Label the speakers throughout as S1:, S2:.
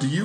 S1: Do you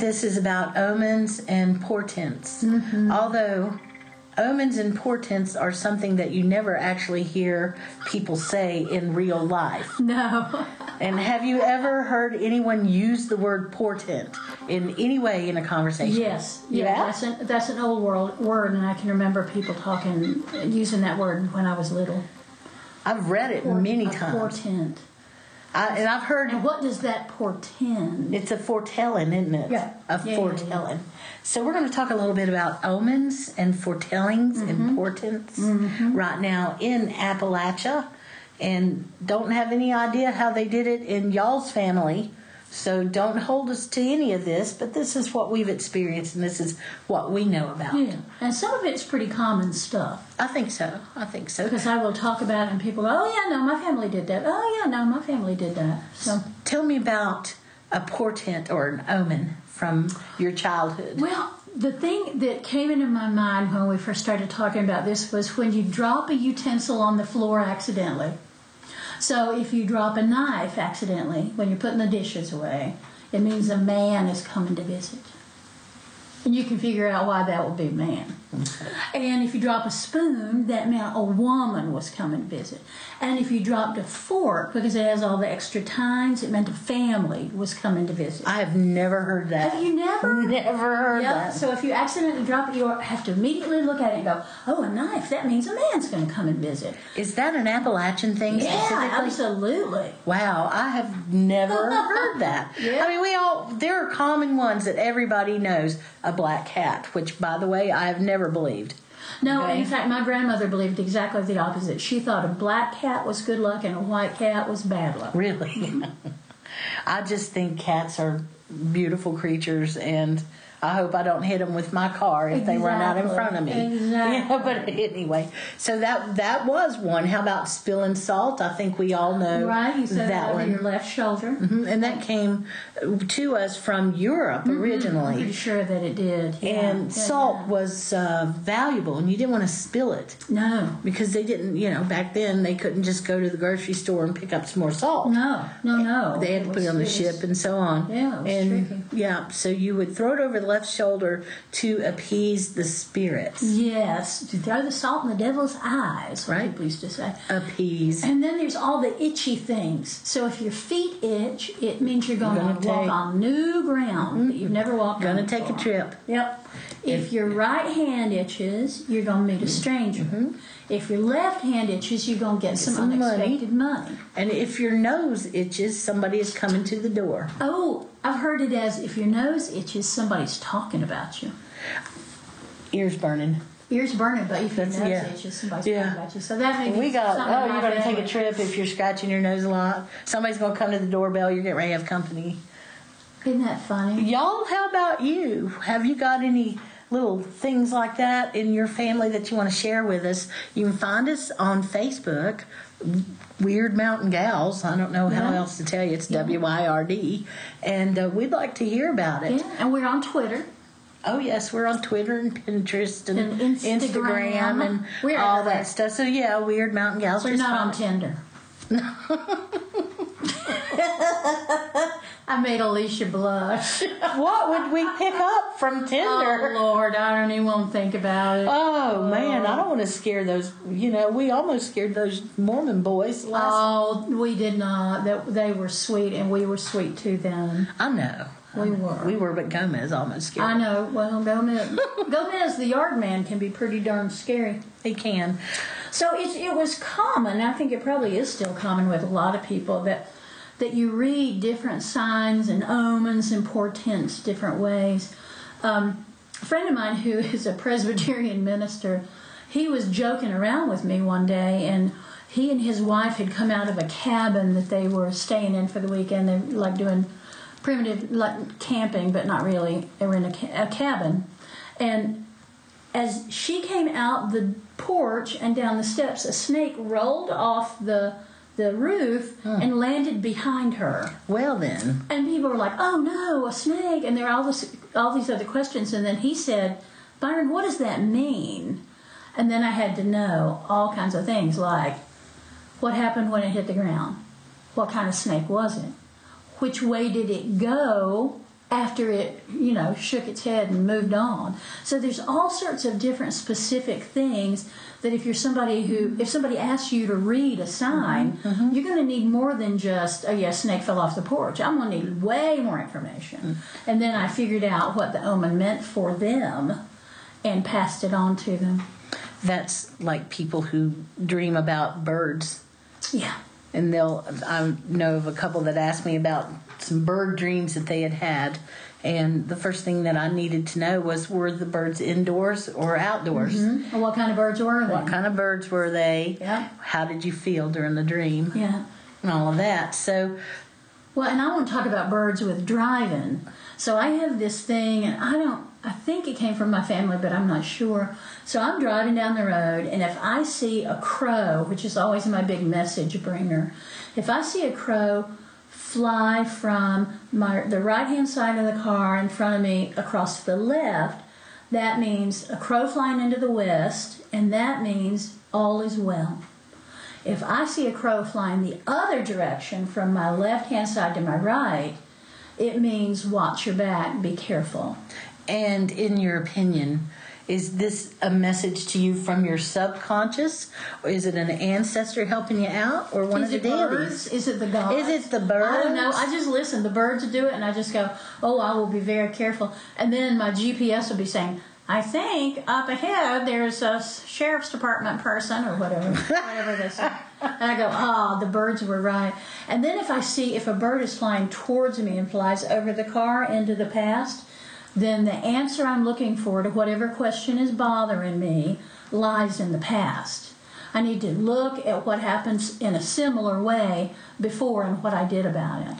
S2: This is about omens and portents. Although omens and portents are something that you never actually hear people say in real life.
S3: No.
S2: And have you ever heard anyone use the word portent in any way in a conversation?
S3: Yes.
S2: You
S3: Yeah.
S2: have?
S3: That's an that's an old world word, and I can remember people talking using that word when I was little.
S2: I've read it
S3: Port-
S2: many
S3: a
S2: times.
S3: Portend.
S2: I, and I've heard
S3: And what does that portend?
S2: It's a foretelling, isn't it?
S3: Yeah.
S2: A
S3: Yeah, yeah, yeah.
S2: foretelling. So we're going to talk a little bit about omens and foretellings
S3: Mm-hmm.
S2: and portents right now in Appalachia, and don't have any idea how they did it in y'all's family. So don't hold us to any of this, but this is what we've experienced, and this is what we know about.
S3: Yeah. And some of it's pretty common stuff
S2: I think so. I think so.
S3: because I will talk about it and people go, oh, yeah, no, my family did that. Oh, yeah, no, my family did that. So,
S2: Tell me about a portent or an omen from your childhood.
S3: well, the thing that came into my mind when we first started talking about this was when you drop a utensil on the floor accidentally. So, if you drop a knife accidentally when you're putting the dishes away, it means a man is coming to visit. And you can figure out why that would be man. And if you drop a spoon, that meant a woman was coming to visit. And if you dropped a fork, because it has all the extra tines, it meant a family was coming to visit.
S2: I have never heard that.
S3: Have you never?
S2: Never heard
S3: Yep.
S2: that.
S3: So if you accidentally drop it, you have to immediately look at it and go, "Oh, a knife! That means a man's going to come and visit."
S2: Is that an Appalachian thing
S3: Yeah,
S2: specifically?
S3: absolutely.
S2: Wow, I have never heard that.
S3: Yeah.
S2: I mean, we all there are common ones that everybody knows. A black cat, which by the way, I have never believed.
S3: No, in fact, my grandmother believed exactly the opposite. She thought a black cat was good luck and a white cat was bad luck.
S2: Really. I just think cats are beautiful creatures and I hope I don't hit them with my car if they run out in
S3: Exactly.
S2: front of me.
S3: Exactly.
S2: Yeah, but anyway, so that that was one. How about spilling salt? I think we all know
S3: Right? You said that over
S2: one.
S3: your left shoulder.
S2: Mhm, And that came to us from Europe originally.
S3: Pretty sure that it did. Mm-hmm. Yeah.
S2: And
S3: Yeah,
S2: salt
S3: yeah.
S2: was uh, valuable, and you didn't want to spill it
S3: No.
S2: because they didn't, you know, back then they couldn't just go to the grocery store and pick up some more salt.
S3: No, no, no.
S2: They had to put
S3: was-
S2: it on the
S3: was-
S2: ship and so on.
S3: Yeah, it was
S2: and
S3: tricky.
S2: yeah, so you would throw it over the left shoulder to appease the
S3: Mm.
S2: spirits.
S3: Yes, to throw the salt in the devil's eyes, what
S2: Right.
S3: people used to say.
S2: Appease.
S3: And then there's all the itchy things. So if your feet itch, it means you're going
S2: Gonna
S3: to walk
S2: take-
S3: on new ground that you've never walked on.
S2: Gonna take a
S3: before.
S2: trip.
S3: Yep. If your right hand itches, you're going
S2: Mm-hmm.
S3: to meet a stranger. If your left hand itches, you're going to get some,
S2: some money.
S3: unexpected money.
S2: And if your nose itches, somebody is coming to the door.
S3: Oh, I've heard it as if your nose itches, somebody's talking about you.
S2: Ears burning.
S3: Ears burning, but if your
S2: That's-
S3: nose
S2: yeah.
S3: itches, somebody's
S2: Yeah.
S3: talking about you. So that may be
S2: We got,
S3: something
S2: oh, you're
S3: about
S2: going to
S3: that.
S2: take a trip if you're scratching your nose a lot. Somebody's going to come to the doorbell. You're getting ready to have company.
S3: Isn't that funny?
S2: Y'all, how about you? Have you got any little things like that in your family that you want to share with us? You can find us on Facebook, Weird Mountain Gals. I don't know how
S3: Yeah.
S2: else to tell you. It's W I R D. And uh, we'd like to hear about it.
S3: Yeah, and we're on Twitter.
S2: Oh, yes, we're on Twitter and Pinterest and,
S3: And
S2: Instagram.
S3: Instagram.
S2: and
S3: We're
S2: all
S3: everywhere.
S2: that stuff. So, yeah, Weird Mountain Gals.
S3: We're
S2: Just
S3: not on
S2: find-
S3: Tinder. I made Alicia blush.
S2: What would we pick up from Tinder?
S3: Oh Lord, I don't even want to think about it.
S2: Oh man,
S3: um,
S2: I don't want to scare those. You know, we almost scared those Mormon boys last.
S3: Oh, we did not. That they were sweet, and we were sweet to them.
S2: I know
S3: Uh,
S2: Um,
S3: We were. Um,
S2: we were, but Gomez almost
S3: I
S2: scared.
S3: know. Well, Gomez, Gomez the yard man can be pretty darn scary.
S2: He can.
S3: So it, it was common. I think it probably is still common with a lot of people that that you read different signs and omens and portents different ways. Um, a friend of mine who is a Presbyterian minister, he was joking around with me one day, and he and his wife had come out of a cabin that they were staying in for the weekend. They were like doing primitive like camping, but not really. They were in a, ca- a cabin, and as she came out the porch and down the steps, a snake rolled off the the roof and landed behind her.
S2: Well, then.
S3: And people were like, "Oh no, a snake!" And there are all this, all these other questions. And then he said, "Byron, what does that mean?" And then I had to know all kinds of things, like what happened when it hit the ground, what kind of snake was it, which way did it go after it, you know, shook its head and moved on. So there's all sorts of different specific things that if you're somebody who, if somebody asks you to read a sign,
S2: Mm-hmm,
S3: you're going to need more than just, oh yeah, snake fell off the porch. I'm going to need way more information.
S2: Mm.
S3: And then I figured out what the omen meant for them and passed it on to them.
S2: That's like people who dream about birds.
S3: Yeah.
S2: And they'll, I know of a couple that asked me about some bird dreams that they had had. And the first thing that I needed to know was were the birds indoors or outdoors?
S3: And what kind of birds were they?
S2: Mm-hmm. What kind of birds were they?
S3: Mm-hmm. Yeah.
S2: How did you feel during the dream?
S3: Yeah.
S2: And all of that. So,
S3: Well, and I want to talk about birds with driving. So I have this thing, and I don't, I think it came from my family, but I'm not sure. So I'm driving down the road, and if I see a crow, which is always my big message bringer, if I see a crow fly from my, the right hand side of the car in front of me across the left, that means a crow flying into the west, and that means all is well. If I see a crow flying the other direction from my left hand side to my right, it means watch your back, be careful.
S2: and in your opinion, is this a message to you from your subconscious? Or is it an ancestor helping you out or one
S3: Is
S2: of
S3: it
S2: the
S3: birds?
S2: deities?
S3: Is it the
S2: Is
S3: gods?
S2: it the
S3: I don't know.
S2: birds?
S3: I just listen. The birds do it, and I just go, "Oh, I will be very careful." And then my GPS will be saying, "I think up ahead there's a sheriff's department person or whatever, whatever they say." And I go, "Ah, the birds were right." And then if I see if a bird is flying towards me and flies over the car into the past, then the answer I'm looking for to whatever question is bothering me lies in the past. I need to look at what happens in a similar way before and what I did about it.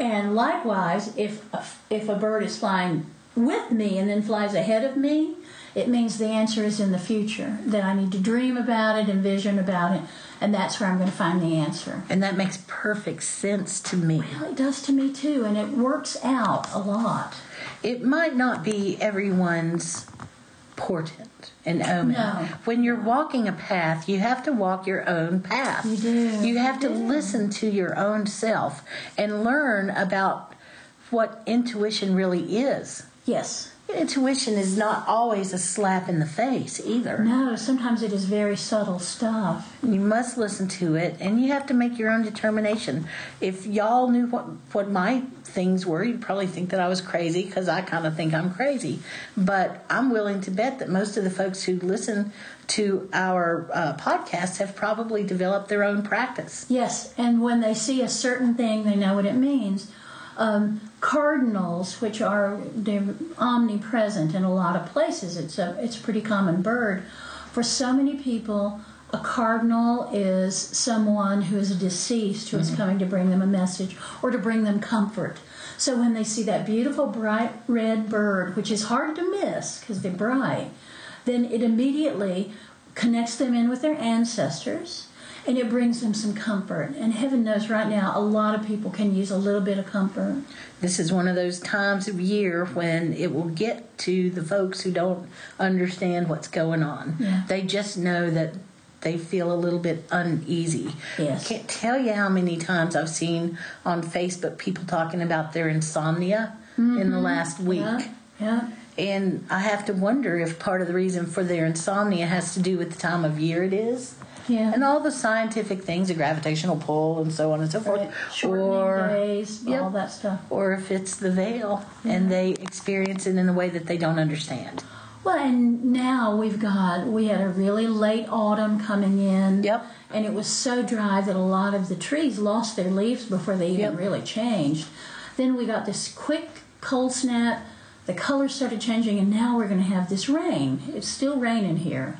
S3: And likewise, if a, if a bird is flying with me and then flies ahead of me, it means the answer is in the future. That I need to dream about it, envision about it, and that's where I'm going to find the answer.
S2: And that makes perfect sense to me.
S3: Well, it does to me too, and it works out a lot.
S2: It might not be everyone's portent and omen.
S3: No.
S2: When you're walking a path, you have to walk your own path.
S3: You do.
S2: You have to listen to your own self and learn about what intuition really is.
S3: Yes.
S2: Intuition is not always a slap in the face either.
S3: No, sometimes it is very subtle stuff.
S2: You must listen to it, and you have to make your own determination. If y'all knew what what my things were, you'd probably think that I was crazy because I kind of think I'm crazy. But I'm willing to bet that most of the folks who listen to our uh, podcast have probably developed their own practice.
S3: Yes, and when they see a certain thing, they know what it means. Um, cardinals, which are they're omnipresent in a lot of places, it's a it's a pretty common bird. For so many people, a cardinal is someone who is deceased who is coming to bring them a message or to bring them comfort. So when they see that beautiful bright red bird, which is hard to miss because they're bright, then it immediately connects them in with their ancestors and it brings them some comfort. And heaven knows right now a lot of people can use a little bit of comfort.
S2: This is one of those times of year when it will get to the folks who don't understand what's going on.
S3: Yeah.
S2: They just know that they feel a little bit uneasy.
S3: Yes.
S2: Can't tell you how many times I've seen on Facebook people talking about their insomnia in the last week.
S3: Mm-hmm. Yeah. Yeah.
S2: And I have to wonder if part of the reason for their insomnia has to do with the time of year it is.
S3: Yeah.
S2: And all the scientific things, the gravitational pull and so on and so forth.
S3: Right. Shortening
S2: or
S3: days,
S2: Yep.
S3: all that stuff.
S2: or if it's the veil and they experience it in a way that they don't understand.
S3: Well, and now we've got, we had a really late autumn coming in.
S2: Yep.
S3: And it was so dry that a lot of the trees lost their leaves before they even
S2: Yep.
S3: really changed. Then we got this quick cold snap, the colors started changing, and now we're going to have this rain. It's still raining here.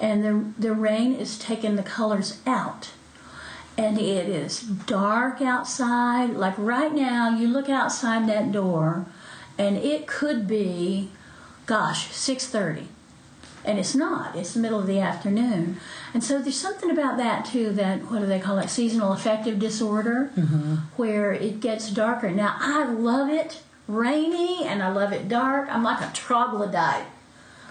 S3: And the, the rain is taking the colors out. and it is dark outside. Like right now, you look outside that door, and it could be, gosh, six thirty, and it's not. It's the middle of the afternoon, and so there's something about that too. That what do they call it? Seasonal affective disorder,
S2: Mm-hmm.
S3: where it gets darker. Now I love it rainy, and I love it dark. I'm like a troglodyte.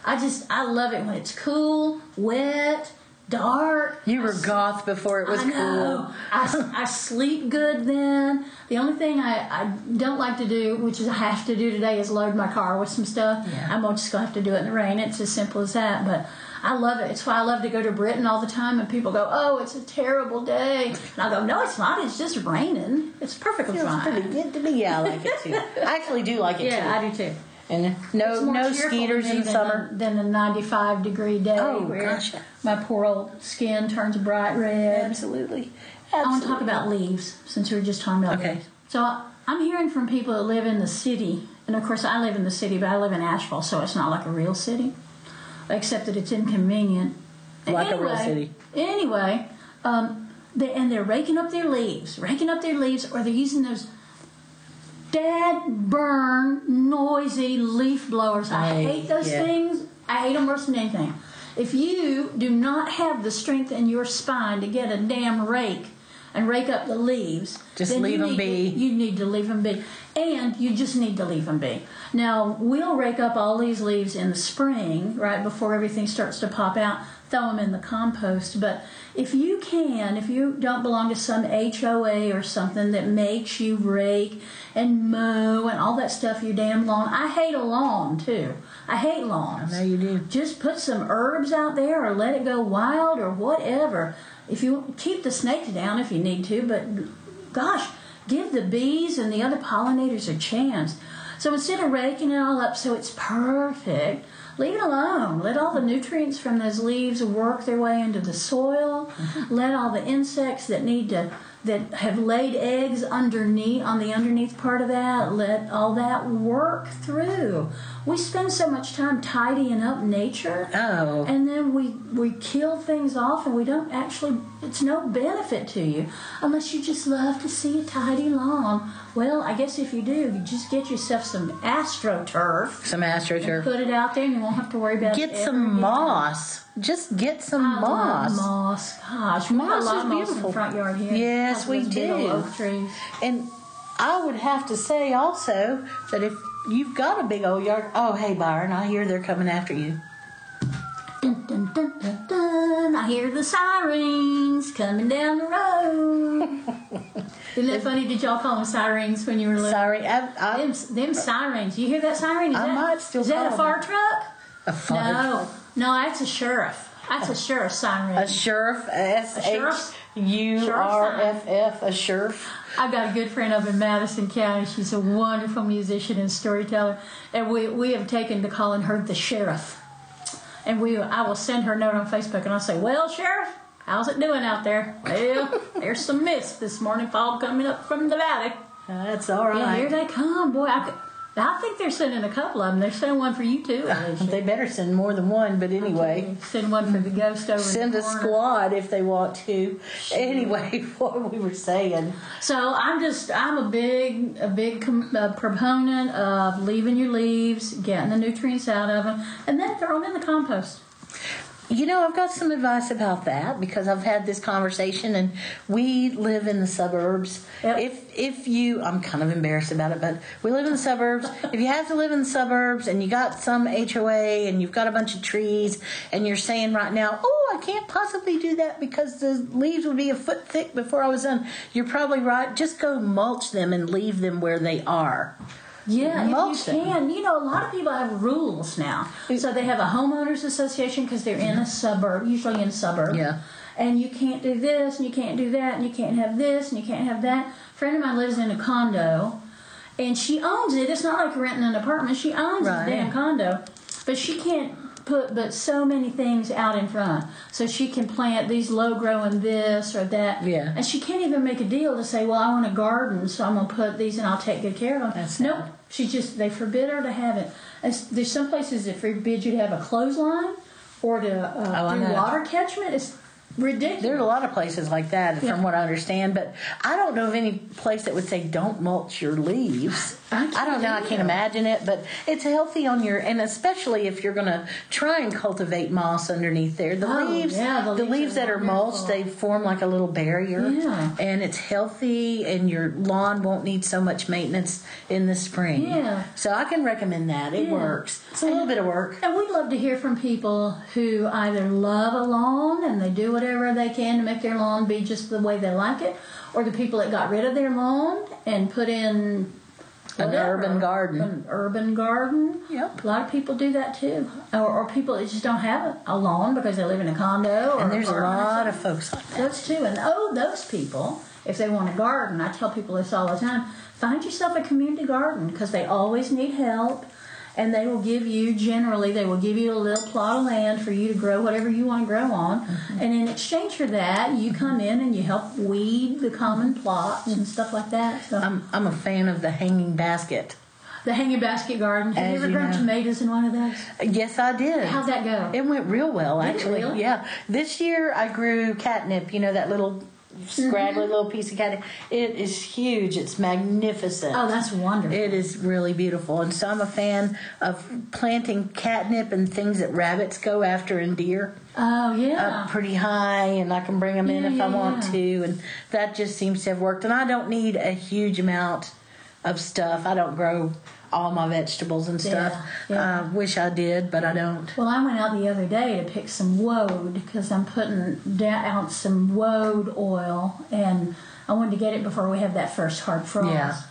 S3: I just I love it when it's cool, wet, dark.
S2: You were
S3: I
S2: goth before it was
S3: I know.
S2: cool.
S3: I, I sleep good then. The only thing I, I don't like to do, which is I have to do today, is load my car with some stuff.
S2: Yeah.
S3: I'm just going to have to do it in the rain. It's as simple as that. But I love it. It's why I love to go to Britain all the time. And people go, oh, it's a terrible day. And I go, no, it's not. It's just raining. It's perfectly
S2: Feels
S3: fine.
S2: pretty good to me. Yeah, I like it too. I actually do like it
S3: Yeah,
S2: too.
S3: I do too.
S2: And no,
S3: It's more
S2: no
S3: cheerful to
S2: skeeters
S3: me
S2: in
S3: than
S2: summer.
S3: a- than a 95 degree day
S2: Oh,
S3: where
S2: gotcha.
S3: my poor old skin turns bright red.
S2: um, Absolutely.
S3: I want to talk about leaves since we were just talking about
S2: Okay.
S3: leaves. So I- I'm hearing from people that live in the city, and of course I live in the city, but I live in Asheville, so it's not like a real city, except that it's inconvenient.
S2: Like a real
S3: Anyway-
S2: city.
S3: Anyway, um, they, and they're raking up their leaves, raking up their leaves, or they're using those dead burn noisy leaf blowers. I,
S2: I-
S3: hate those
S2: yeah.
S3: things. I hate them worse than anything. If you do not have the strength in your spine to get a damn rake and rake up the leaves,
S2: Just
S3: then
S2: leave
S3: you
S2: 'em
S3: need-
S2: be.
S3: You need to leave them be, and you just need to leave them be. Now we'll rake up all these leaves in the spring, right before everything starts to pop out. Throw them in the compost. But if you can, if you don't belong to some HOA or something that makes you rake and mow and all that stuff, your damn lawn. I hate a lawn too. I hate lawns.
S2: I know you do.
S3: Just put some herbs out there or let it go wild or whatever. If you keep the snakes down if you need to, but gosh, give the bees and the other pollinators a chance. So instead of raking it all up so it's perfect, leave it alone. Let all the nutrients from those leaves work their way into the soil. Let all the insects that need to that have laid eggs underneath on the underneath part of that let all that work through we spend so much time tidying up nature
S2: Oh.
S3: and then we we kill things off and we don't actually it's no benefit to you unless you just love to see a tidy lawn well i guess if you do you just get yourself some astroturf
S2: Some astroturf.
S3: put it out there and you won't have to worry about it
S2: Get
S3: ever
S2: some
S3: again.
S2: moss. Just get some
S3: I love
S2: moss.
S3: moss. Gosh, we got
S2: Moss
S3: a
S2: is
S3: lot of moss in
S2: beautiful.
S3: the front yard here.
S2: Yes,
S3: Lots of
S2: we
S3: those big
S2: do.
S3: old Oak trees.
S2: And I would have to say also that if you've got a big old yard, oh hey Byron, I hear they're coming after you.
S3: Dun, dun, dun, dun, dun. I hear the sirens coming down the road. Isn't that funny? Did y'all call them sirens when you were little?
S2: Sorry, I, I,
S3: Them, them sirens. You hear that siren? Is
S2: I
S3: that,
S2: might still
S3: Is that a
S2: call
S3: fire truck?
S2: a, fudge.
S3: No, no, that's a sheriff. That's a sheriff siren.
S2: a sheriff, S H
S3: sheriff?
S2: U R F F, a sheriff.
S3: I've got a good friend up in Madison County. She's a wonderful musician and storyteller, and we, we have taken to calling her the sheriff. And we I will send her a note on Facebook, and I'll say, "Well, sheriff, how's it doing out there? Well, there's some mist this morning, fog coming up from the valley.
S2: That's all
S3: Yeah,
S2: right.
S3: here they come, boy. I, could- I think they're sending a couple of them. They're sending one for you too. Alicia.
S2: they better send more than one, but anyway.
S3: Send one for the ghost over. in
S2: Send
S3: the
S2: a
S3: corner.
S2: squad if they want to. Anyway, what we were saying.
S3: So I'm just I'm a big a big com- uh, proponent of leaving your leaves, getting the nutrients out of them, and then throw them in the compost.
S2: You know, I've got some advice about that because I've had this conversation, and we live in the suburbs.
S3: Yep.
S2: If if you, I'm kind of embarrassed about it, but we live in the suburbs. if you have to live in the suburbs, and you got some HOA, and you've got a bunch of trees, and you're saying right now, oh, I can't possibly do that because the leaves would be a foot thick before I was done. You're probably right. Just go mulch them and leave them where they are.
S3: Yeah,
S2: Mulch
S3: if you
S2: them.
S3: can. You know, a lot of people have rules now. So they have a homeowners association because they're in a suburb, usually in a suburb.
S2: Mm-hmm. Yeah.
S3: And you can't do this, and you can't do that, and you can't have this, and you can't have that. A friend of mine lives in a condo, and she owns it. It's not like renting an apartment. She owns
S2: Right.
S3: the damn condo, but she can't put but so many things out in front. So she can plant these low growing this or that.
S2: Yeah.
S3: And she can't even make a deal to say, well, I want a garden, so I'm gonna put these and I'll take good care of them.
S2: That's
S3: nope.
S2: sad.
S3: She just they forbid her to have it. And s- there's some places that forbid you to have a clothesline or to uh,
S2: Oh, I
S3: do
S2: know.
S3: water catchment. It's ridiculous.
S2: There's a lot of places like that,
S3: Yeah.
S2: from what I understand, but I don't know of any place that would say don't mulch your leaves.
S3: I
S2: I,
S3: can't
S2: don't know. I
S3: either.
S2: can't imagine it, but it's healthy on your, and especially if you're going to try and cultivate moss underneath there. The
S3: Oh,
S2: leaves,
S3: yeah, the
S2: the
S3: leaves
S2: leaves,
S3: are
S2: that are mulched,
S3: wonderful.
S2: they form like a little barrier,
S3: Yeah.
S2: and it's healthy, and your lawn won't need so much maintenance in the spring.
S3: Yeah.
S2: So I can recommend that. It
S3: Yeah.
S2: works. It's a little bit of work.
S3: And we'd love to hear from people who either love a lawn and they do whatever they can to make their lawn be just the way they like it, or the people that got rid of their lawn and put in
S2: An
S3: whatever,
S2: urban garden.
S3: An urban garden.
S2: Yep.
S3: A lot of people do that too. Or, or people that just don't have a lawn because they live in a condo. Or,
S2: And there's a
S3: or-
S2: lot of folks like that.
S3: those two and oh those people if they want a garden i tell people this all the time find yourself a community garden because they always need help and they will give you generally they will give you a little plot of land for you to grow whatever you want to grow on
S2: Mm-hmm.
S3: and in exchange for that you come in and you help weed the common plots and stuff like that so um,
S2: I'm, I'm a fan of the hanging basket.
S3: the hanging basket garden have you
S2: As
S3: ever
S2: you
S3: grown
S2: know.
S3: tomatoes in one of those
S2: Yes, I did.
S3: how'd that go
S2: It went real well,
S3: Did it
S2: actually.
S3: really?
S2: Yeah. This year I grew catnip, you know, that little scraggly
S3: Mm-hmm.
S2: little piece of catnip. It is huge. It's magnificent.
S3: oh that's wonderful
S2: It is really beautiful. And so I'm a fan of planting catnip and things that rabbits go after and deer
S3: oh yeah
S2: up pretty high, and I can bring them in
S3: Yeah,
S2: if I
S3: yeah,
S2: want
S3: yeah.
S2: to. And that just seems to have worked. And I don't need a huge amount of stuff. I don't grow all my vegetables and stuff.
S3: Yeah, yeah.
S2: I wish I did, but I don't.
S3: Well, I went out the other day to pick some woad because I'm putting da- out some woad oil, and I wanted to get it before we have that first hard frost.
S2: Yeah.